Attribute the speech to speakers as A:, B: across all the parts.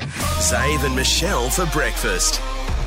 A: Zave and Michelle for breakfast.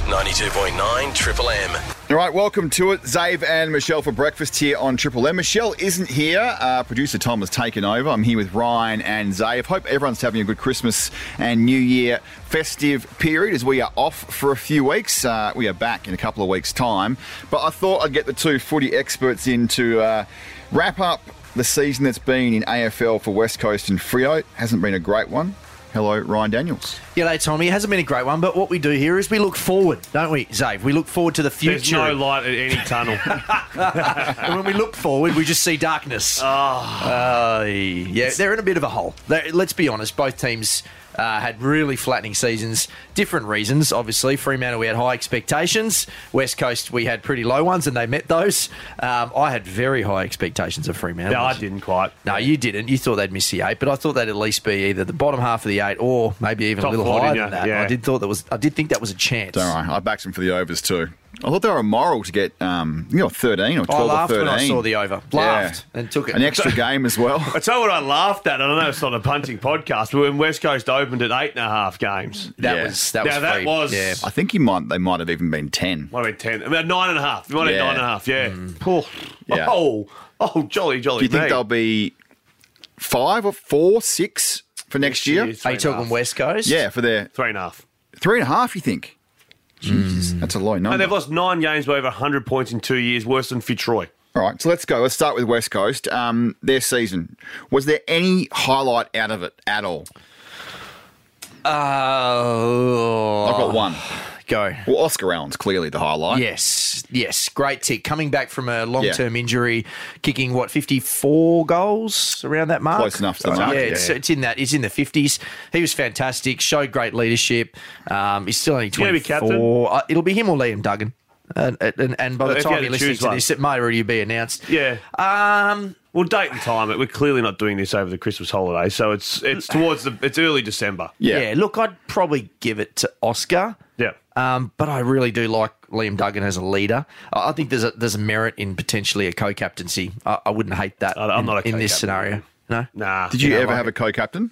A: 92.9 Triple M.
B: All right, welcome to it. Zave and Michelle for breakfast here on Triple M. Michelle isn't here. Uh, Producer Tom has taken over. I'm here with Ryan and Zave. Hope everyone's having a good Christmas and New Year festive period as we are off for a few weeks. Uh, we are back in a couple of weeks' time. But I thought I'd get the two footy experts in to uh, wrap up the season that's been in AFL for West Coast and Frio. Hasn't been a great one. Hello, Ryan Daniels.
C: G'day, Tommy. It hasn't been a great one, but what we do here is we look forward, don't we, Zave? We look forward to the
D: There's
C: future.
D: no light at any tunnel.
C: and when we look forward, we just see darkness.
D: Ah.
C: Uh, yeah, they're in a bit of a hole. They- let's be honest, both teams uh, had really flattening seasons. Different reasons, obviously. Fremantle, we had high expectations. West Coast, we had pretty low ones, and they met those. Um, I had very high expectations of Fremantle.
D: no, I didn't quite.
C: No, you didn't. You thought they'd miss the eight, but I thought they'd at least be either the bottom half of the eight or maybe even
D: Top
C: a little
D: four,
C: higher
D: didn't
C: than that.
D: you? Yeah.
C: I did thought that was. I did think that was a chance.
B: All right, I backed them for the overs too. I thought they were immoral to get, um, you know, 13 or 12
C: I laughed
B: or 13.
C: when I saw the over. Laughed and took it.
B: An extra game as well.
D: I tell you what I laughed at. I know it's not a punting podcast, but when West Coast opened at eight and a half games,
C: That
B: Yeah.
C: was that
D: Now
C: was
D: that
C: free.
D: was-
C: yeah.
B: I think he might. They might have even been 10.
D: might have been ten, about nine and a half. Might
B: Yeah.
D: have been nine and a half. Yeah. Poor.
B: Yeah.
D: Oh, oh, jolly, jolly.
B: Do you think
D: me.
B: they'll be five or four, six for next year?
C: Are
D: It's three
C: you
D: and a
C: talking
D: half.
C: West Coast?
B: Yeah, for their
D: Three and a half.
B: three and a half. You think? Jesus,
C: Mm.
B: that's a low
D: And
B: number.
D: they've lost nine games by over 100 points in two years, worse than Fitzroy.
B: All right, so let's go. Let's start with West Coast. Um, their season was there any highlight out of it at all?
C: Oh,
B: I've got one.
C: go.
B: Well, Oscar Allen's clearly the highlight.
C: Yes, yes, great tick. Coming back from a long-term
B: Yeah.
C: injury, kicking what fifty-four goals around that mark,
B: Close enough to the mark,
C: Yeah,
B: yeah.
C: it's, it's in that. It's in the fifties. He was fantastic. Showed great leadership. Um, he's still only
D: gonna be captain?
C: twenty-four. Uh, it'll be him or Liam Duggan. And, and, and by the
D: If you had
C: time
D: to
C: you're listening
D: choose
C: to
D: one.
C: this, it may already be announced.
D: Yeah.
C: Um,
D: Well, date and time it. We're clearly not doing this over the Christmas holiday, so it's it's towards the it's early December.
B: Yeah.
C: yeah. Look, I'd probably give it to Oscar.
D: Yeah.
C: Um, but I really do like Liam Duggan as a leader. I I think there's a there's a merit in potentially a co-captaincy. I, I wouldn't hate that.
D: I- I'm
C: in,
D: not a
C: in this scenario.
D: co-captain.
C: No.
D: Nah.
B: Did you
C: Yeah, I
B: ever
C: like
B: have a co-captain?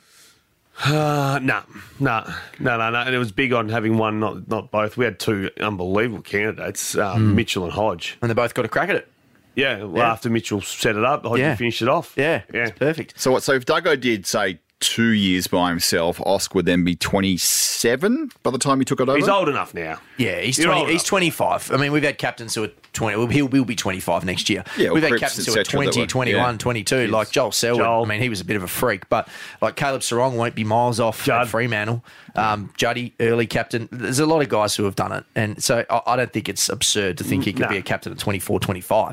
D: Uh, no, no, no, no, no. And it was big on having one, not not both. We had two unbelievable candidates, um, Mitchell and Hodge.
C: And they both got a crack at it.
D: Yeah, well,
C: Hmm. Yeah.
D: after Mitchell set it up, Hodge
C: Yeah.
D: finished it off.
C: Yeah.
D: yeah.
C: It's perfect.
B: So what? So if Duggo did say two years by himself, Oscar would then be 27 by the time he took it over.
D: He's old enough now.
C: Yeah, he's
D: You're old
C: 20, he's
D: enough.
C: 25. I mean, we've had captains who are 20. Well, he'll, he'll be 25 next year.
B: Yeah,
C: we've had
B: Cripps,
C: captains
B: et
C: who are
B: cetera, that
C: 20,
B: were-
C: 21,
B: yeah.
C: 22, like Joel Selwood.
D: Joel.
C: I mean, he was a bit of a freak, but like Caleb Sarong won't be miles off at
D: Judd.
C: Fremantle. Um, Juddy, early captain. There's a lot of guys who have done it. And so I, I don't think it's absurd to think he could
D: Nah.
C: be a captain at 24, 25. I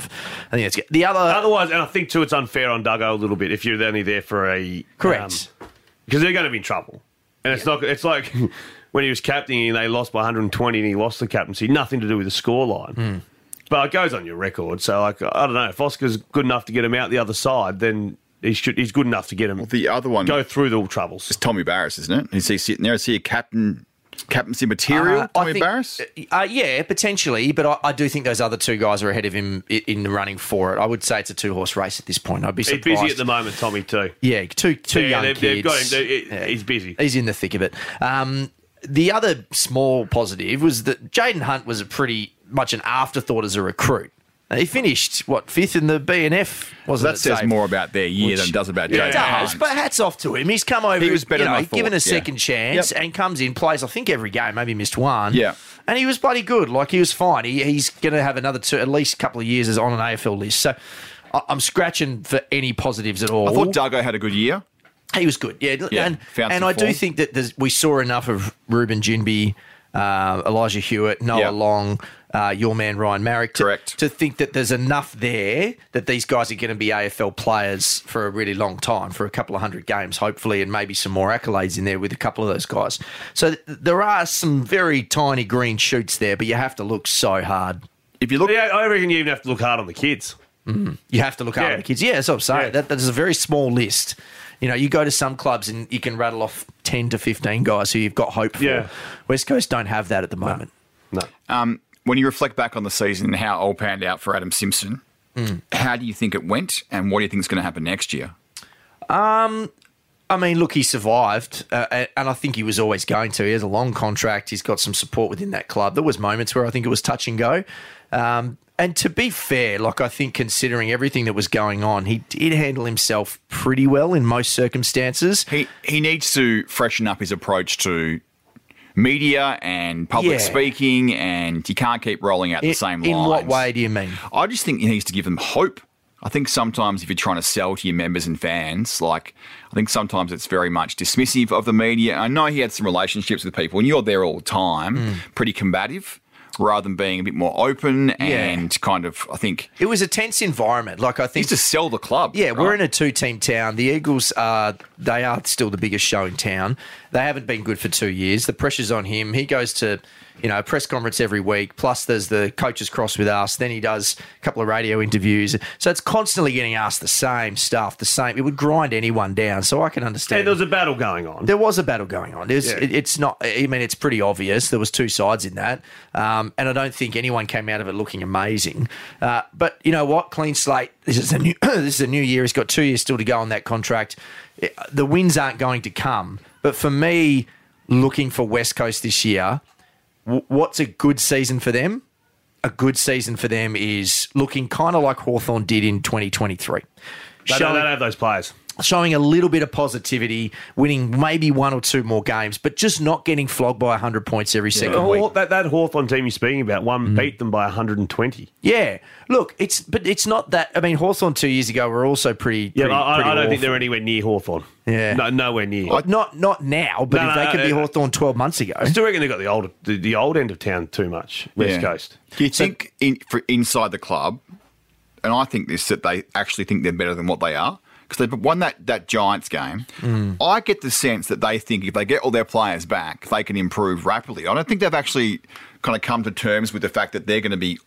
C: think that's the other.
D: Otherwise, and I think too, it's unfair on Duggo a little bit if you're only there for a um,
C: Correct.
D: because they're going to be in trouble. And it's not. It's like when he was captaining, and they lost by 120, and he lost the captaincy. Nothing to do with the scoreline. But it goes on your record. So, like, I don't know if Oscar's good enough to get him out the other side, then he should. He's good enough to get him
B: the other one
D: go through the troubles.
B: It's Tommy Barris, isn't it? Is he sitting there? Is he a captain, captaincy material?
C: Uh, I
B: Tommy
C: think-
B: Barris?
C: Uh, yeah, potentially, but I, I do think those other two guys are ahead of him i- in the running for it. I would say it's a two horse race at this point. I'd be
D: He's
C: surprised.
D: busy at the moment, Tommy. Too.
C: Yeah, two two
D: Yeah,
C: young
D: they've-
C: kids.
D: they've got him. They- it- he's busy.
C: He's in the thick of it. Um, the other small positive was that Jaden Hunt was a pretty much an afterthought as a recruit. Uh, He finished what fifth in the BNF, wasn't
B: That
C: it?
B: says
C: Dave?
B: more about their year
C: Which-
B: than it does about
C: It
B: Jaden
C: does,
B: Hunt.
C: but hats off to him. He's come over.
B: He was better
C: you know,
B: than I
C: Given a
B: thought, yeah.
C: second chance
B: Yep.
C: and comes in, plays I think every game. Maybe missed one.
B: Yeah.
C: and he was bloody good. Like he was fine. He, he's going to have another two, at least a couple of years as on an AFL list. So. I- I'm scratching for any positives at all.
B: I thought Duggo had a good year.
C: He was good, yeah.
B: Yeah,
C: and
B: found
C: and
B: some
C: I do
B: form.
C: think that there's, we saw enough of Ruben Jinby, uh, Elijah Hewitt, Noah
B: Yeah.
C: Long, uh, your man Ryan Marrick, to,
B: Correct.
C: to think that there's enough there that these guys are going to be AFL players for a really long time, for a couple of hundred games, hopefully, and maybe some more accolades in there with a couple of those guys. So th- there are some very tiny green shoots there, but you have to look so hard.
B: If you look,
D: Yeah, I reckon you even have to look hard on the kids.
C: You have to look after
D: Yeah.
C: the kids. Yeah, that's what I'm saying.
D: Yeah.
C: That, that is a very small list. You know, you go to some clubs and you can rattle off 10 to 15 guys who you've got hope for.
D: Yeah.
C: West Coast don't have that at the moment.
D: No.
B: um, when you reflect back on the season and how it all panned out for Adam Simpson,
C: Hmm.
B: how do you think it went, and what do you think is going to happen next year?
C: I mean, look, he survived, uh, and I think he was always going to. He has a long contract. He's got some support within that club. There was moments where I think it was touch and go. Um, and to be fair, like I think considering everything that was going on, he did handle himself pretty well in most circumstances.
B: He he needs to freshen up his approach to media and public
C: Yeah.
B: speaking, and you can't keep rolling out the
C: In,
B: same
C: in
B: lines.
C: what way do you mean?
B: I just think he needs to give them hope. I think sometimes if you're trying to sell to your members and fans, like I think sometimes it's very much dismissive of the media. I know he had some relationships with people, and you're there all the time,
C: Hmm.
B: pretty combative, rather than being a bit more open and kind of. I think
C: It was a tense environment. Like I
B: he's
C: think
B: to sell the club.
C: Yeah, we're
B: right?
C: in a two-team town. The Eagles are they are still the biggest show in town. They haven't been good for two years. The pressure's on him. He goes to you know a press conference every week. Plus, there's the coaches cross with us. Then he does a couple of radio interviews. So it's constantly getting asked the same stuff. The same. It would grind anyone down. So I can understand.
D: And there was a battle going on.
C: There was a battle going on. There's,
D: Yeah.
C: it, it's not. I mean, it's pretty obvious. There was two sides in that, um, and I don't think anyone came out of it looking amazing. Uh, but you know what? Clean slate. This is a new. this is a new year. He's got two years still to go on that contract. It- the wins aren't going to come. But for me, looking for West Coast this year, w- what's a good season for them? A good season for them is looking kind of like Hawthorn did in 2023.
D: They don't,
C: Showing-
D: they don't have those players.
C: showing a little bit of positivity, winning maybe one or two more games, but just not getting flogged by 100 points every second
D: Haw-
C: week.
D: that, that Hawthorn team you're speaking about, one beat them by 120.
C: Yeah, look, it's but it's not that. I mean, Hawthorn two years ago were also pretty.
D: Yeah,
C: pretty,
D: but I, I
C: pretty
D: don't think
C: awful.
D: they're anywhere near Hawthorn.
C: Yeah.
D: No, nowhere near. I
C: Not not now, but
D: No,
C: if
D: no,
C: they could be
D: no, no.
C: Hawthorn 12 months ago.
D: still reckon they got the old, the, the old end of town too much, West
B: Yeah.
D: Coast.
B: Do you think in, for inside the club, and I think this that they actually think they're better than what they are because they've won that that Giants game.
C: Mm.
B: I get the sense that they think if they get all their players back, they can improve rapidly. I don't think they've actually kind of come to terms with the fact that they're going to be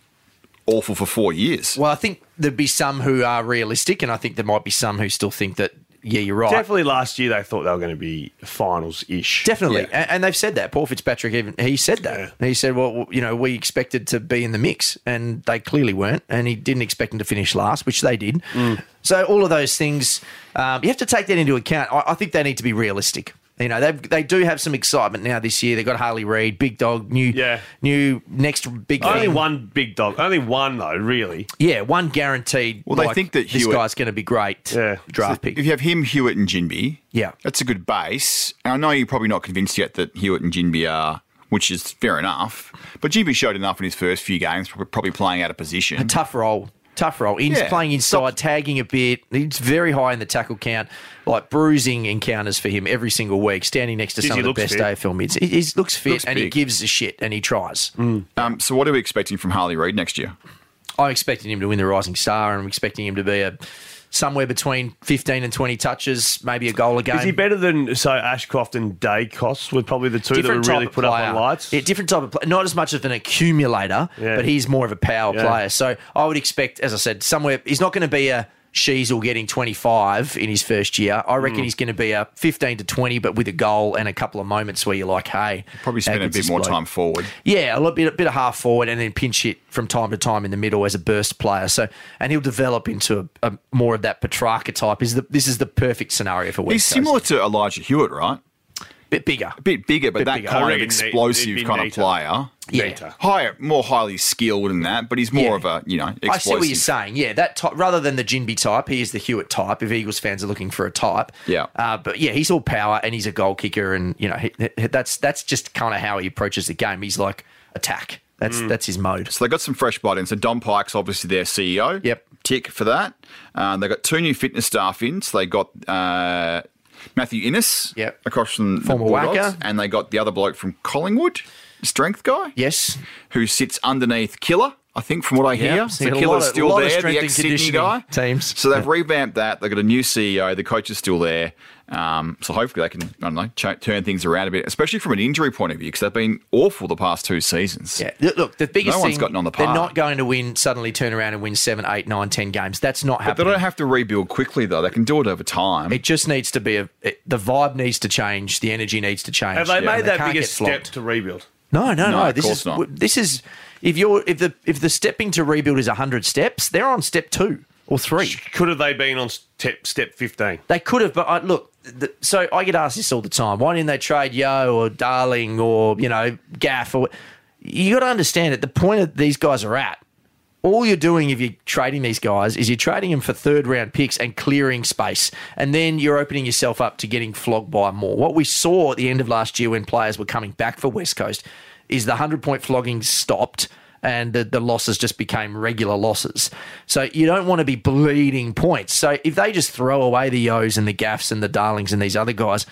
B: awful for four years.
C: Well, I think there'd be some who are realistic, and I think there might be some who still think that. Yeah, you're right.
D: Definitely last year they thought they were going to be finals ish.
C: Definitely,
B: Yeah.
C: and, and they've said that. Paul Fitzpatrick even he said that. He said, "Well, you know, we expected to be in the mix, and they clearly weren't, and he didn't expect them to finish last, which they did."
B: Mm.
C: So all of those things, um, you have to take that into account. I, I think they need to be realistic. You know, they they do have some excitement now this year. They have got Harley Reid, big dog, new,
D: Yeah.
C: new next big
D: Only
C: thing.
D: one big dog. Only one though, really.
C: yeah, one guaranteed.
B: Well, they
C: like,
B: think that
C: this
B: Hewitt-
C: guy's going to be great.
D: Yeah.
C: draft pick.
B: If you have him, Hewitt, and Jinby,
C: Yeah.
B: that's a good base. And I know you're probably not convinced yet that Hewitt and Jinby are. Which is fair enough, but Jinby showed enough in his first few games, prob- probably playing out of position.
C: tough role. Tough role. He's
B: Yeah.
C: playing inside, tagging a bit. He's very high in the tackle count, like bruising encounters for him every single week, standing next to
D: Jeez,
C: some
D: he
C: of the
D: looks
C: best
D: fit.
C: AFL mids. He, he looks fit
B: Looks
C: and he
B: big.
C: gives a shit and he tries.
B: Um, so, what are we expecting from Harley Reid next year?
C: I'm expecting him to win the Rising Star and I'm expecting him to be a somewhere between 15 and 20 touches, maybe a goal a game.
D: Is he better than so Ashcroft and Daycos were probably the two that were really put up on lights?
C: Yeah, different type of player. Not as much of an accumulator,
D: Yeah.
C: but he's more of a power
D: Yeah.
C: player. So I would expect, as I said, somewhere he's not going to be a Sheasel getting 25 in his first year. I reckon
D: Mm.
C: he's going to be a 15 to 20, but with a goal and a couple of moments where you're like, hey,
B: Probably
C: how
B: spend a
C: good's
B: bit
C: this
B: more
C: bloke?
B: time forward.
C: Yeah, a little bit, a bit of half forward and then pinch hit from time to time in the middle as a burst player. So, and he'll develop into a, a more of that Petrarca type. Is the this is the perfect scenario for West
B: He's
C: Coast.
B: similar to Elijah Hewitt, right?
C: bit bigger.
B: A bit bigger, but that
C: bigger. I
B: kind of
D: reckon they-
B: explosive
D: they'd be
B: kind of
D: neater.
B: player.
C: Yeah.
B: Higher, more highly skilled than that, but he's more
C: Yeah.
B: of a you know explosive.
C: I see what you're saying. Yeah, that type, rather than the Jinby type, he is the Hewitt type. If Eagles fans are looking for a type,
B: Yeah.
C: Uh, but yeah, he's all power and he's a goal kicker, and you know he, he- that's that's just kind of how he approaches the game. He's like attack. That's
B: Mm.
C: that's his mode.
B: So they got some fresh blood in. So Don Pike's obviously their CEO.
C: Yep.
B: Tick for that. Uh, they got two new fitness staff in. So they got uh, Matthew Innes
C: Yep.
B: across from the
C: Former
B: Bulldogs,
C: Wacker.
B: and they got the other bloke from Collingwood, strength guy.
C: Yes,
B: who sits underneath Killer. I think from what I hear,
C: Yeah,
B: so
C: seen a lot
B: Killer's
C: of-
B: still
C: lot of
B: there,
C: strength
B: the
C: and
B: ex Sydney
C: conditioning
B: guy.
C: teams.
B: So they've revamped that. They've got a new CEO. The coach is still there. Um, so hopefully they can, I don't know, ch- turn things around a bit, especially from an injury point of view, because they've been awful the past two seasons.
C: yeah. Look, Look, the biggest
B: No one's
C: thing
B: gotten on the
C: they're
B: par.
C: not going to win suddenly turn around and win seven, eight, nine, ten games. That's not
B: They
C: happening.
B: don't have to rebuild quickly though. They can do it over time.
C: it just needs to be a it, the vibe needs to change. The energy needs to change.
D: Have they
C: Yeah.
D: made
C: They
D: that
C: can't
D: biggest
C: get flogged.
D: step to rebuild?
C: No, no,
B: No,
C: no.
B: of
C: This
B: course
C: is
B: not.
C: this is if you're if the if the stepping to rebuild is hundred steps, they're on step two. or three.
D: Could have they been on step step fifteen?
C: They could have, but I, look. The, so I get asked this all the time. Why didn't they trade Yo or Darling or you know Gaff? Or you got to understand at the point that these guys are at. All you're doing if you're trading these guys is you're trading them for third round picks and clearing space, and then you're opening yourself up to getting flogged by more. What we saw at the end of last year when players were coming back for West Coast is the hundred point flogging stopped and the, the losses just became regular losses. So you don't want to be bleeding points. So if they just throw away the Yo's and the Gaffs and the Darlings and these other guys,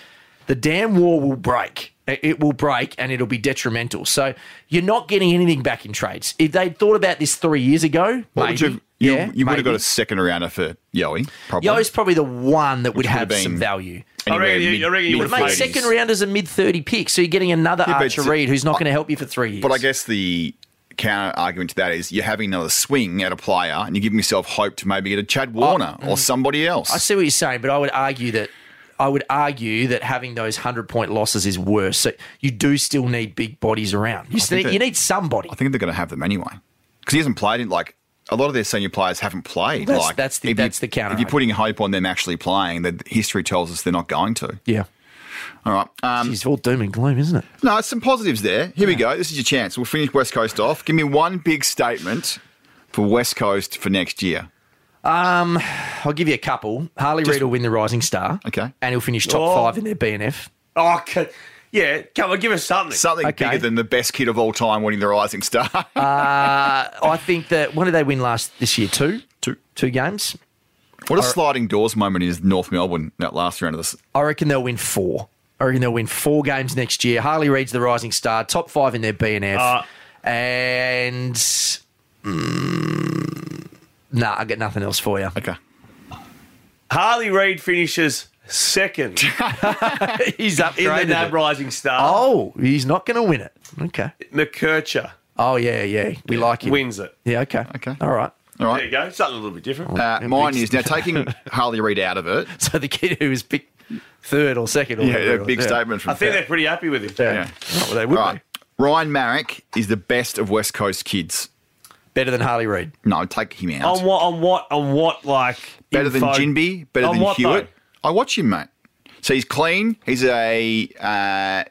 C: the damn war will break. It- It will break and it'll be detrimental. So you're not getting anything back in trades. If they'd thought about this three years ago,
B: What would
C: maybe,
B: you, you,
C: yeah,
B: you would have got
C: maybe.
B: a second rounder for Yoey, probably.
C: Yo's probably the one that would
B: would
C: have
B: have
C: some
B: been-
C: value.
D: I reckon you- I reckon you
C: But
D: would've
C: mate,
D: played
B: mid-thirties.
C: second rounders a mid thirty pick, so you're getting another
B: but
C: Archer
B: it's-
C: Reed who's not going to help you for three years.
B: But I guess the counter argument to that is you're having another swing at a player and you're giving yourself hope to maybe get a Chad Warner or somebody else.
C: I see what you're saying, but I would argue that I would argue that having those hundred point losses is worse. So you do still need big bodies around. You, still,
B: that-
C: you need somebody.
B: I think they're going to have them anyway because he hasn't played in like a lot of their senior players haven't played.
C: That's-
B: like
C: that's the-
B: if you-
C: that's the counter
B: If you're putting hope on them actually playing, the history tells us they're not going to.
C: yeah,
B: All right. Um,
C: it's all doom and gloom, isn't it?
B: no, some positives there. Here we go. This is your chance. We'll finish West Coast off. Give me one big statement for West Coast for next year.
C: I'll give you a couple. Harley Reid will win the Rising Star.
B: Okay.
C: and he'll finish top
D: Oh.
C: five in their BNF.
D: Oh, c- yeah. Come on, give us something.
B: Something
C: Okay.
B: bigger than the best kid of all time winning the Rising Star.
C: I think that when did they win last this year? Two,
B: Two.
C: two games.
B: what a sliding doors moment is North Melbourne that last round of this.
C: I reckon they'll win four. I reckon they'll win four games next year. Harley Reid's the rising star, top five in their BNF.
D: Uh,
C: and mm, nah, I got nothing else for you.
B: Okay.
D: Harley Reid finishes second
C: he's
D: in the
C: upgraded.
D: NAB
C: it.
D: Rising Star.
C: Oh, he's not going to win it. Okay.
D: McKercher
C: Oh yeah, yeah. We like him.
D: wins it.
C: Yeah. Okay.
B: Okay.
C: All right.
B: All
D: There you
B: right.
D: go. Something a little bit different.
B: Uh,
C: It
B: mine is
C: makes-
B: now taking Harley Reid out of it.
C: So the kid who was picked third or second, or
B: Yeah,
C: whatever,
B: a big
C: yeah.
B: statement from
D: I think
B: Pat.
D: they're pretty happy with him.
B: Yeah.
C: Well, they would
B: Right. Ryan Marrick is the best of West Coast kids.
C: be better than Harley Reid.
B: No, take him out.
D: On what? On what? On what? Like
B: better than
D: info-
B: Jinby, better
D: On
B: than
D: what,
B: Hewitt.
D: though?
B: I watch him, mate. So he's clean. He's a uh,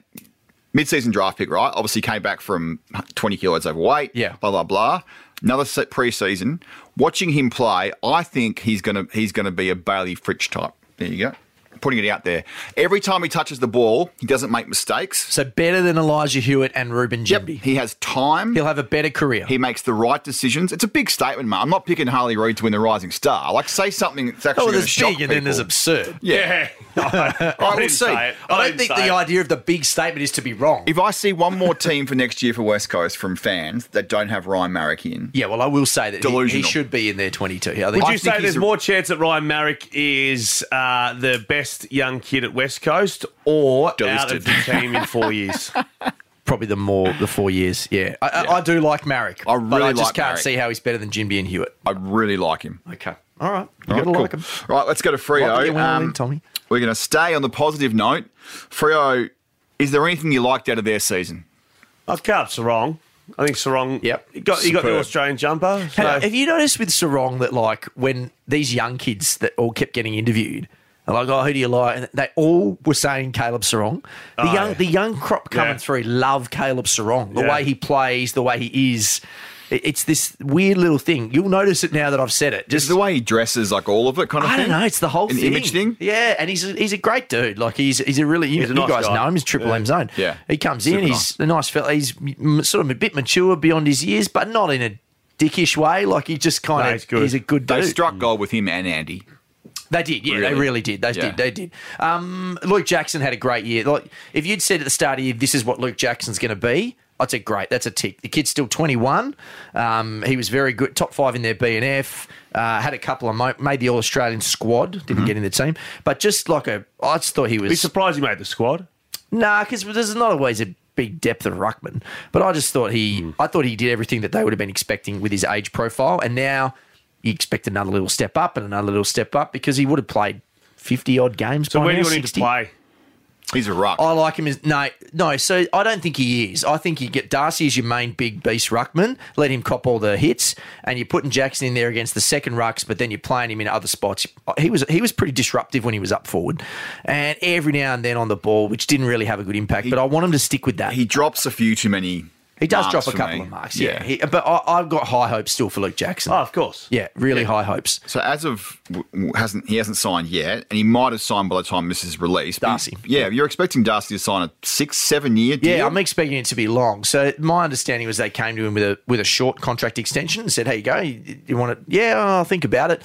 B: mid-season draft pick, right? Obviously came back from 20 kilos overweight.
C: Yeah.
B: Blah blah blah. Another set preseason. Watching him play, I think he's gonna he's gonna be a Bailey Fritch type. There you go. Putting it out there. Every time he touches the ball, he doesn't make mistakes.
C: So better than Elijah Hewitt and Ruben
B: Yep.
C: Jimby.
B: He has time.
C: He'll have a better career.
B: He makes the right decisions. It's a big statement, mate. I'm not picking Harley Reid to win the Rising Star. Like, say something that's actually
C: oh,
B: going to
C: there's
B: shock
C: big and then there's
B: people.
C: absurd.
D: Yeah. I,
C: I will
D: didn't
C: see.
D: say it.
C: I,
D: didn't
C: don't think
D: say
C: the
D: it.
C: idea of the big statement is to be wrong.
B: If I see one more team for next year for West Coast from fans that don't have Ryan Marrick in,
C: yeah, well, I will say that he, he
B: Delusional.
C: should be in there 22. I think
D: Would
B: I
D: you
B: think
D: say
B: he's
D: there's
B: a-
D: more chance that Ryan Marrick is uh, the best young kid at West Coast or out
B: Delisted.
D: of the team in four years?
C: probably the more the four years. Yeah, I, I, I do like Marrick.
B: I
C: but I
B: really
C: just
B: like
C: can't
B: Marek.
C: see how he's better than Jimby and Hewitt.
B: I really like him.
C: Okay, all right, you
B: All
C: gotta
B: right,
C: like him.
B: All right, let's go to Frio. Um,
C: Like to get one of them, Tommy.
B: We're going to stay on the positive note. Frio, is there anything you liked out of their season?
D: I can't. Sarong. I think Sarong.
C: Yep.
D: He got, he got the
B: Superb.
D: Australian jumper. So.
C: Have, have you noticed with Sarong that like when these young kids that all kept getting interviewed, they're like, oh, who do you like? And they all were saying Caleb Sarong. The young
D: Oh, yeah.
C: the young crop coming
D: Yeah.
C: through love Caleb Sarong. The
D: Yeah.
C: way he plays, the way he is. It- It's this weird little thing. You'll notice it now that I've said it.
B: Is
C: Just
B: the way he dresses, like all of it, kind of
C: I
B: thing?
C: don't know. It's the whole
B: An
C: thing.
B: image thing?
C: Yeah, and he's a, he's a great dude. Like he's he's a really you,
D: He's a
C: you
D: nice
C: guys
D: guy.
C: know him. He's Triple M's own.
B: Yeah.
C: he comes in.
B: Super nice.
C: He's a nice fella. He's m- sort of a bit mature beyond his years, but not in a dickish way. Like he just kind
D: No,
C: of
D: he's good.
C: he's a good
B: They
C: dude.
B: struck gold with him and Andy.
C: They did, yeah, they
B: Really?
C: really did. They
B: Yeah.
C: did, they did. Um, Luke Jackson had a great year. Like, if you'd said at the start of the year, this is what Luke Jackson's going to be, I'd say great. That's a tick. The kid's still 21. Um, he was very good, top five in their BNF. Uh, had a couple of mo- made the All Australian squad. Didn't
B: Mm-hmm.
C: get in the team, but just like a, I just thought he
D: Be
C: was
D: surprised he made the squad.
C: nah, because there's not always a big depth of ruckman. But I just thought he,
D: Hmm.
C: I thought he did everything that they would have been expecting with his age profile, and now you expect another little step up and another little step up because he would have played fifty odd games.
D: So
C: by
D: where do
C: now,
D: you want him to
C: 60.
D: play?
B: He's a ruck.
C: I like him as no, no. So I don't think he is. I think you get Darcy as your main big beast ruckman. Let him cop all the hits, and you're putting Jackson in there against the second rucks, but then you're playing him in other spots. He was he was pretty disruptive when he was up forward, and every now and then on the ball, which didn't really have a good impact. but I want him to stick with that.
B: He drops a few too many.
C: He does
B: marks
C: drop a
B: for
C: couple
B: me.
C: of marks, yeah. He, but I, I've got high hopes still for Luke Jackson.
D: Oh, of course.
C: yeah, really high hopes.
B: So as of w- w- hasn't he hasn't signed yet, and he might have signed by the time this is released. But-
C: Darcy.
B: yeah, you're expecting Darcy to sign a six, seven year deal.
C: Yeah, I'm expecting it to be long. So my understanding was they came to him with a with a short contract extension and said, "Hey, you go. You, you want it? Yeah, I'll think about it."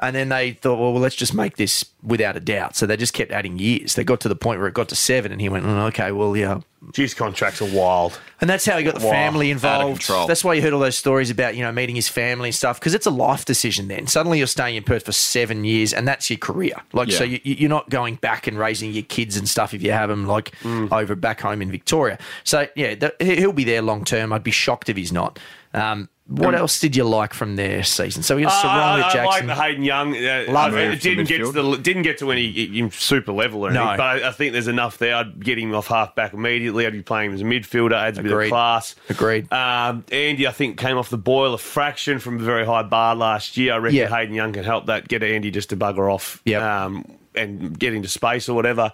C: And then they thought, "Well, let's just make this without a doubt." So they just kept adding years. They got to the point where it got to seven, and he went, "Mm, "Okay, well, yeah."
D: His contracts are wild.
C: And that's how he got the
D: Wow,
C: family
D: out
B: of
C: involved.
B: control.
C: That's why you heard all those stories about you know meeting his family and stuff because it's a life decision. Then suddenly you're staying in Perth for seven years, and that's your career. Like so,
B: Yeah.
C: you, you- you're not going back and raising your kids and stuff if you have them like
D: Mm.
C: over back home in Victoria. So yeah, th- he- he'll be there long term. I'd be shocked if he's not. Um, what else did you like from their season? So we got Sarong
D: Mm. Uh, I,
C: with
D: I like
C: Jackson.
D: the Hayden Young. Uh,
C: Love
D: I mean,
B: move
D: it
B: to
D: didn't get to
B: midfield.
D: the didn't get to any i- i- super level or
C: No.
D: anything. But I, I think there's enough there. I'd get him off half back immediately. I'd be playing him as a midfielder. Adds a bit
C: Agreed.
D: of class.
C: Agreed.
D: Um, Andy, I think came off the boil a fraction from a very high bar last year. I reckon
C: Yeah.
D: Hayden Young can help that get Andy just to bugger off.
C: Yep.
D: Um, and get into space or whatever.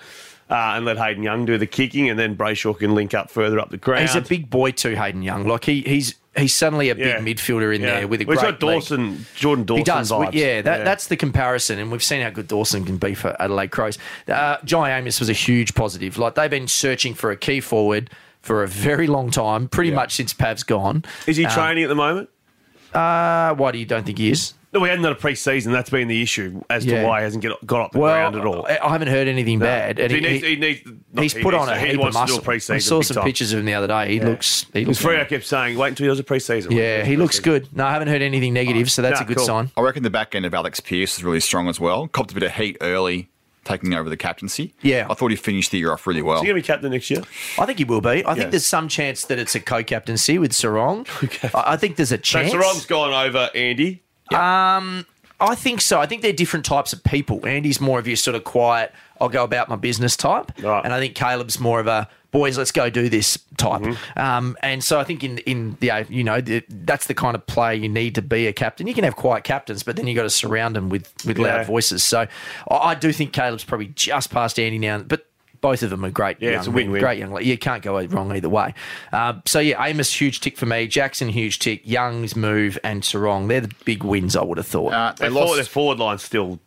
D: Uh, and let Hayden Young do the kicking, and then Brayshaw can link up further up the ground.
C: he's a big boy too, Hayden Young. Like he he's he's suddenly a big
D: Yeah.
C: midfielder in
D: Yeah.
C: there with a
D: Well,
C: great
D: he's got
C: leg.
D: Dawson, Jordan Dawson
C: He does. We-
D: vibes.
C: Yeah, that, that's the comparison, and we've seen how good Dawson can be for Adelaide Crows. Uh, Jai Amos was a huge positive. Like they've been searching for a key forward for a very long time, pretty much since Pav's gone.
D: Is he training at the moment?
C: Uh, why do you don't think he is?
D: No, we hadn't done a pre-season. That's been the issue as
C: Yeah.
D: to why he hasn't get, got up the ground at all.
C: I I haven't heard anything bad. And
D: he,
C: he-
D: needs,
C: he-
D: he needs, not
C: he's
D: he
C: put
D: needs
C: on a
D: to- he
C: heap of
D: wants
C: muscle.
D: To do a pre-season
C: I saw
D: big
C: some
D: time.
C: pictures of him the other day. He looks. He looks.
D: Freo kept saying, "Wait until he does a pre-season."
C: Yeah, he looks good. No, I haven't heard anything negative, so that's
D: Nah,
C: a good
D: cool.
C: sign.
B: I reckon the back end of Alex Pierce is really strong as well. Copped a bit of heat early, taking over the captaincy.
C: Yeah.
B: I thought he finished the year off really well.
D: He's going to be captain next year.
C: I think he will be. I think
D: Yeah.
C: there's some chance that it's a co-captaincy with Sarong. I I think there's a
D: So
C: chance.
D: Sarong's gone over Andy.
C: I think so. I think they're different types of people. Andy's more of your sort of quiet, I'll go about my business type,
D: Right.
C: and I think Caleb's more of a boys, let's go do this type.
D: Mm-hmm.
C: Um, and so I think in in the A- you know the, that's the kind of player you need to be a captain. You can have quiet captains, but then you got to surround them with with
D: Yeah.
C: loud voices. So I, I do think Caleb's probably just past Andy now, but. Both of them are great.
D: Yeah,
C: young
D: it's a
C: men,
D: win-win.
C: Great young. You can't go wrong either way. Uh, so yeah, Amos huge tick for me. Jackson huge tick. Young's move and Sarong. They're the big wins I would have thought.
B: Uh, they
D: Their forward, their
B: lost
D: forward line's still.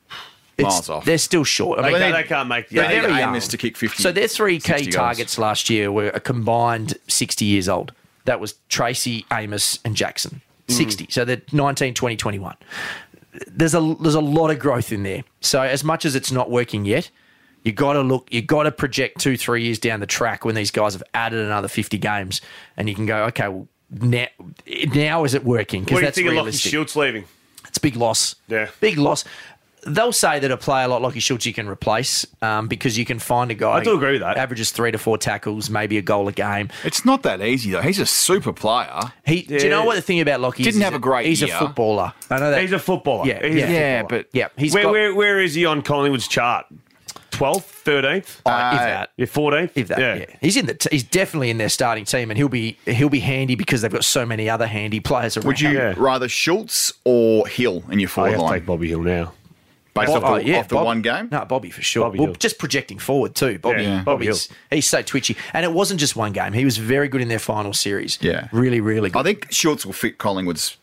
C: It's-
B: miles off.
C: They're still short. I mean,
D: They,
C: they-
D: they can't make.
B: they
D: Yeah,
C: they're
B: need
C: young.
B: Amos to kick 50.
C: so their three
B: 60
C: key
B: goals.
C: targets last year were a combined 60 years old. That was Tracy, Amos, and Jackson.
D: Mm.
C: 60. So they're 19, 20, 21. There's a there's a lot of growth in there. So as much as it's not working yet, you got to look. You got to project two, three years down the track when these guys have added another 50 games, and you can go, okay, well now now is it working? Because
D: what do you
C: that's
D: think of Lockie
C: realistic.
D: Shields leaving?
C: It's a big loss.
D: Yeah.
C: Big loss. They'll say that a player like Lockie Schultz you can replace um, because you can find a guy.
D: I do agree with that.
C: Averages three to four tackles, maybe a goal a game.
B: It's not that easy though. He's a super player.
C: He, Do you know
D: Yeah.
C: what the thing about Lockie is?
B: Didn't
C: He's
B: have a great
C: He's
B: year.
C: a footballer. I know that.
D: He's a footballer.
C: yeah,
D: He's a
C: yeah,
B: Yeah,
C: footballer.
B: but-
C: yeah, he's
D: Where,
C: got,
D: where, where is he on Collingwood's chart? Twelfth, thirteenth,
C: Oh, if that.
D: yeah, Oh, fourteenth.
C: If that, yeah. he's in the. T- he's definitely in their starting team, and he'll be he'll be handy because they've got so many other handy players around.
B: Would you
D: Yeah.
B: rather Schultz or Hill in your
D: I
B: forward
D: have to
B: line
D: take Bobby Hill now.
B: based off the,
C: Oh, yeah,
B: off the
C: Bob-
B: one game?
C: No, Bobby for sure.
D: Bobby
C: well,
D: Hill.
C: just projecting forward too. Bobby,
D: Yeah, Bobby
C: Bobby's he's so twitchy, and it wasn't just one game. He was very good in their final series.
B: Yeah.
C: really, really
B: I
C: good.
B: think Schultz will fit Collingwood's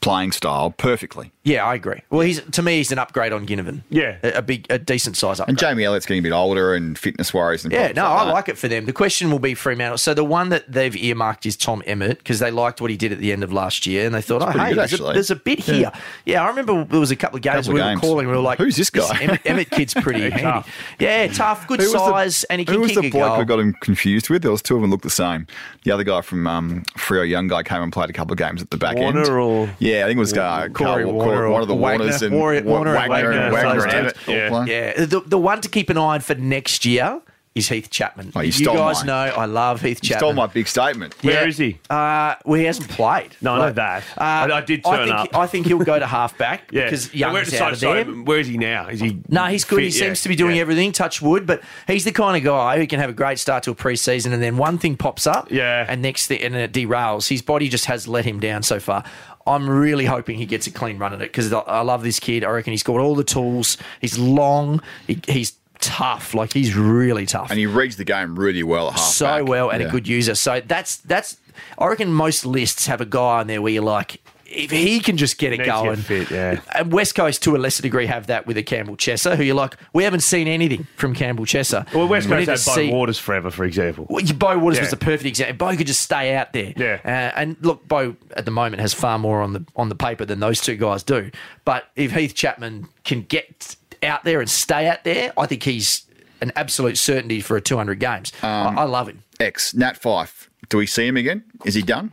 B: playing style perfectly.
C: yeah, I agree. Well, he's to me, he's an upgrade on Ginnivan.
D: Yeah.
C: a, a big, a decent size upgrade.
B: And Jamie Elliott's getting a bit older and fitness worries. And
C: yeah,
B: problems
C: no, I
B: that.
C: like it for them. The question will be Fremantle. So the one that they've earmarked is Tom Emmett because they liked what he did at the end of last year, and they thought, oh,
B: pretty
C: hey,
B: good,
C: there's a,
B: actually."
C: there's a bit here. Yeah, I remember there was a couple of games
B: Couple
C: we
B: games.
C: were calling. We were like,
B: Who's this guy?
C: Emmett, Emmett kid's pretty handy.
D: tough.
C: Yeah, tough, good
B: Who was the-
C: size, and he can
B: who was
C: kick
B: the
C: a
B: bloke
C: goal.
B: I got him confused with? There was two of them looked the same. The other guy from um, Frio, young guy, came and played a couple of games at the back end.
D: Warner or-
B: yeah, I think it was uh,
C: Corey
B: Carl-
C: Warner or
B: one of the
C: Wagner.
B: Warners and
C: Warrior-
B: Wa-
C: Warner and
B: Wagner,
C: Wagner,
B: and Wagner
C: those
B: and
C: dudes.
B: Abbott all
D: Yeah.
B: playing.
C: Yeah, the, the one to keep an eye on for next year is Heath Chapman.
B: Oh, you stole
C: guys
B: mine.
C: know I love Heath
B: You
C: Chapman.
B: stole my big statement.
D: Where is he?
C: Uh, well, he hasn't played.
D: No, I know that. I- I did turn
C: think,
D: up.
C: I think he'll go to halfback
D: Yeah,
C: because
D: And
C: Young
D: where-
C: is
D: sorry,
C: out of
D: sorry,
C: there.
D: Where is he now? Is he?
C: No, he's good. He
D: fit? Yeah,
C: seems to be doing
D: yeah.
C: everything, touch wood, but he's the kind of guy who can have a great start to a preseason and then one thing pops up.
D: Yeah.
C: And next thing, and it derails. His body just has let him down so far. I'm really hoping he gets a clean run at it because I I love this kid. I reckon he's got all the tools. He's long. He, he's tough. Like, he's really tough
B: And he reads the game really well at half
C: so well and a good user. So that's that's I reckon most lists have a guy on there where you're like, if he can just get it
D: Needs to get
C: going.
D: fit, yeah.
C: And West Coast to a lesser degree have that with a Campbell Chesser, who you're like, we haven't seen anything from Campbell Chesser.
D: Well, West
C: We
D: Coast
C: need
D: had
C: to
D: Bo
C: see-
D: Waters forever, for example.
C: well, your Bo Waters
D: Yeah.
C: was the perfect example. Bo could just stay out there.
D: Yeah.
C: Uh, and look, Bo at the moment has far more on the on the paper than those two guys do. But if Heath Chapman can get out there and stay out there, I think he's an absolute certainty for a 200 games. I, I love him.
B: X, Nat Fife. Do we see him again? Is he done?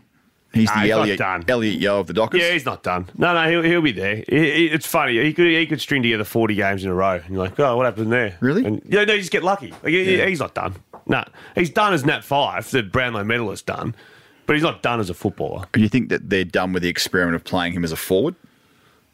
B: He's
D: Nah,
B: the
D: he's not
B: Elliot,
D: done.
B: Elliot Yo of the Dockers.
D: Yeah, he's not done. No, no, he'll, he'll be there. He- he- it's funny. He could he could string together forty games in a row. And you're like, oh, what happened there?
B: Really?
D: And, yeah, no, you just get lucky. Like, he- He's not done. No, he's done as Nat Five, the Brownlow medalist, done, but he's not done as a footballer.
B: Do you think that they're done with the experiment of playing him as a forward?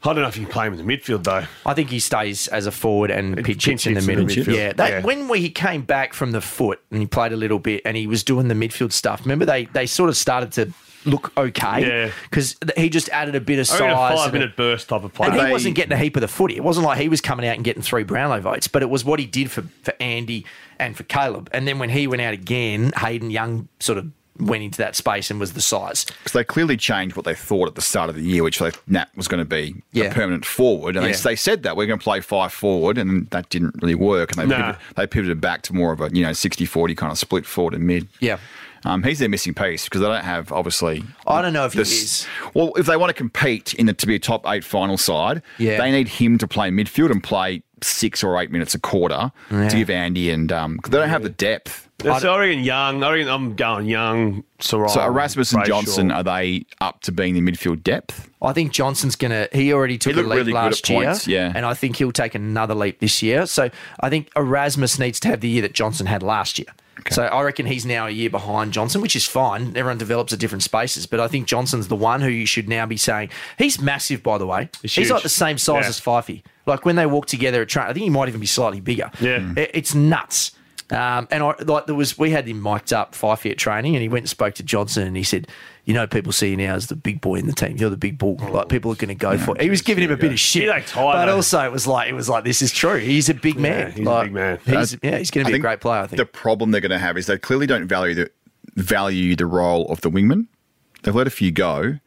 D: I don't know if you can play him in the midfield though.
C: I think he stays as a forward and pitch hits in the
D: hits in the
C: middle.
D: midfield.
C: yeah, that,
D: Yeah.
C: when we, he came back from the foot and he played a little bit and he was doing the midfield stuff. Remember they they sort of started to look okay
D: Yeah.
C: because he just added a bit of
D: I
C: size.
D: reckon a
C: and
D: five
C: a-
D: minute burst type of
C: and
D: player.
C: he
B: they-
C: wasn't getting a heap of the footy. It wasn't like he was coming out and getting three Brownlow votes, but it was what he did for, for Andy and for Caleb. And then when he went out again, Hayden Young sort of went into that space and was the size.
B: Because they clearly changed what they thought at the start of the year, which they, Nat was going to be
C: Yeah.
B: a permanent forward. And
C: Yeah.
B: they, they said that we're going to play five forward, and that didn't really work. And they,
D: Nah.
B: pivoted, they pivoted back to more of a you know 60 40 kind of split forward and mid.
C: Yeah.
B: Um, he's their missing piece because they don't have, obviously.
C: I don't know if he
B: this-
C: is.
B: Well, if they want to compete in the, to be a top eight final side,
C: Yeah.
B: they need him to play midfield and play six or eight minutes a quarter
C: Yeah.
B: to give Andy and. Um, 'cause they don't have the depth.
D: That's I reckon Young. I reckon I'm going Young, Sarong.
B: So Erasmus and
D: Brayshaw.
B: Johnson, are they up to being the midfield depth?
C: I think Johnson's going to. He already took
B: He
C: a
B: looked
C: leap
B: really good at
C: last
B: points,
C: year,
B: yeah.
C: and I think he'll take another leap this year. So I think Erasmus needs to have the year that Johnson had last year. So I reckon he's now a year behind Johnson, which is fine. Everyone develops at different spaces, but I think Johnson's the one who you should now be saying he's massive. By the way, he's,
D: He's
C: like
D: huge.
C: the same size
D: Yeah.
C: as Fifey. Like when they walk together at train, I think he might even be slightly bigger. Mm.
D: Yeah.
C: It- it's nuts. Um, and I, like there was, we had him mic'd up Fifey at training, and he went and spoke to Johnson, and he said, "You know, people see you now as the big boy in the team. You're the big ball.
D: Oh,
C: Like people are going to go for." it. He was giving him a bit of shit,
D: like Tyler.
C: but also it was like it was like this is true. He's a big man.
D: he's a
C: Like,
D: big man.
C: He's, yeah, he's going to be a great player. I think
B: the problem they're going to have is they clearly don't value the value the role of the wingman. They've let a few go,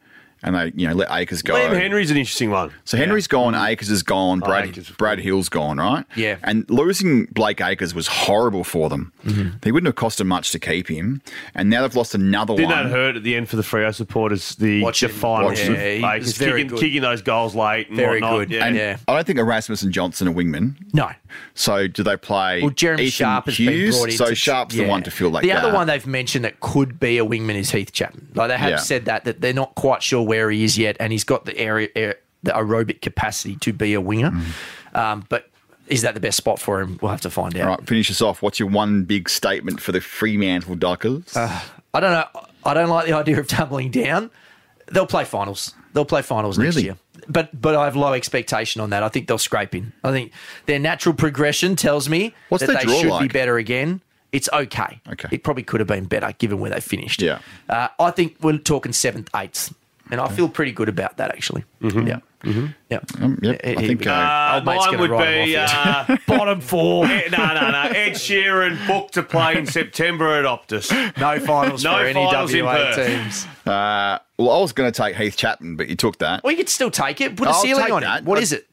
B: and they you know let Akers go.
D: Liam Henry's an interesting one.
B: So Henry's gone, Akers is gone, Brad,
D: Oh, Akers is
B: Brad Hill's gone, right?
C: Yeah.
B: And losing Blake Akers was horrible for them.
D: Mm-hmm.
B: They wouldn't have cost them much to keep him, and now they've lost another
D: Didn't that
B: one.
D: hurt at the end for the Freo supporters? The,
C: Watch
D: the
C: him.
D: final,
B: Watch him.
D: like,
C: Yeah, he was
D: it's
C: very
D: kicking,
C: good.
D: kicking those goals late. And
C: Very
D: whatnot.
C: good.
D: Yeah.
B: And
C: Yeah.
B: I don't think Erasmus and Johnson are wingmen.
C: no.
B: So do they play?
C: Well, Jeremy
B: Ethan
C: Sharp has
B: Hughes?
C: been brought in.
B: So
C: to-
B: Sharp's
C: yeah.
B: the one to feel like
C: the other
B: that.
C: one they've mentioned that could be a wingman is Heath Chapman. Like they have
B: Yeah.
C: said that that they're not quite sure where he is yet, and he's got the area air, the aerobic capacity to be a winger,
B: Mm.
C: um, but. Is that the best spot for him? We'll have to find out.
B: All right, finish us off. What's your one big statement for the Fremantle Dockers?
C: I don't know. I don't like the idea of doubling down. They'll play finals. They'll play finals next
B: Really?
C: year. But but I have low expectation on that. I think they'll scrape in. I think their natural progression tells me
B: What's
C: that
B: their
C: they
B: draw
C: should be
B: like?
C: better again. It's okay.
B: Okay.
C: It probably could have been better given where they finished.
B: Yeah.
C: Uh, I think we're talking seventh, eighth, and I feel pretty good about that actually. Yeah. Yeah.
B: Um, yep, I think, uh,
D: Mm-hmm. Uh,
C: old mate's
D: mine
C: gonna
D: would
C: write 'em
D: be
C: off, yeah.
D: uh, bottom four. Eh, no, no, no. Ed Sheeran booked to play in September at Optus.
C: no finals
D: No
C: for any
D: finals in
C: WA
D: Perth.
C: teams.
B: Uh, well, I was going to take Heath Chapman, but you took that.
C: Well, you could still take it. Put a
B: I'll
C: ceiling
B: take
C: on
B: that.
C: it. What
B: I-
C: is it?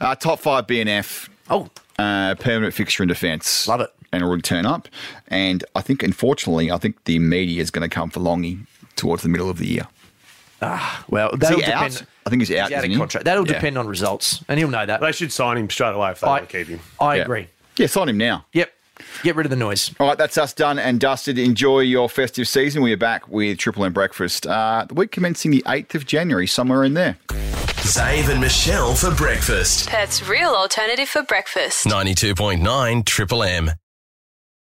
B: Uh, top five BNF,
C: Oh,
B: uh, permanent fixture in defence.
C: Love it.
B: And it'll turn up. And I think, unfortunately, I think the media is going to come for Longy towards the middle of the year.
C: well,
B: Is
C: that'll
B: he out?
C: depend.
B: I think he's out.
C: He's out
B: isn't
C: of
B: he?
C: contract. That'll
B: Mm-hmm. Yeah.
C: depend on results, and he'll know that.
D: They should sign him straight away if they
C: I,
D: want to keep him.
C: I
B: Yeah.
C: agree.
B: Yeah, sign him now.
C: Yep. Get rid of the noise.
B: All right, that's us done and dusted. Enjoy your festive season. We are back with Triple M Breakfast. Uh, the week commencing the 8th of January, somewhere in there.
A: Zave and Michelle for breakfast.
E: Perth's real alternative for breakfast.
A: 92.9 Triple M.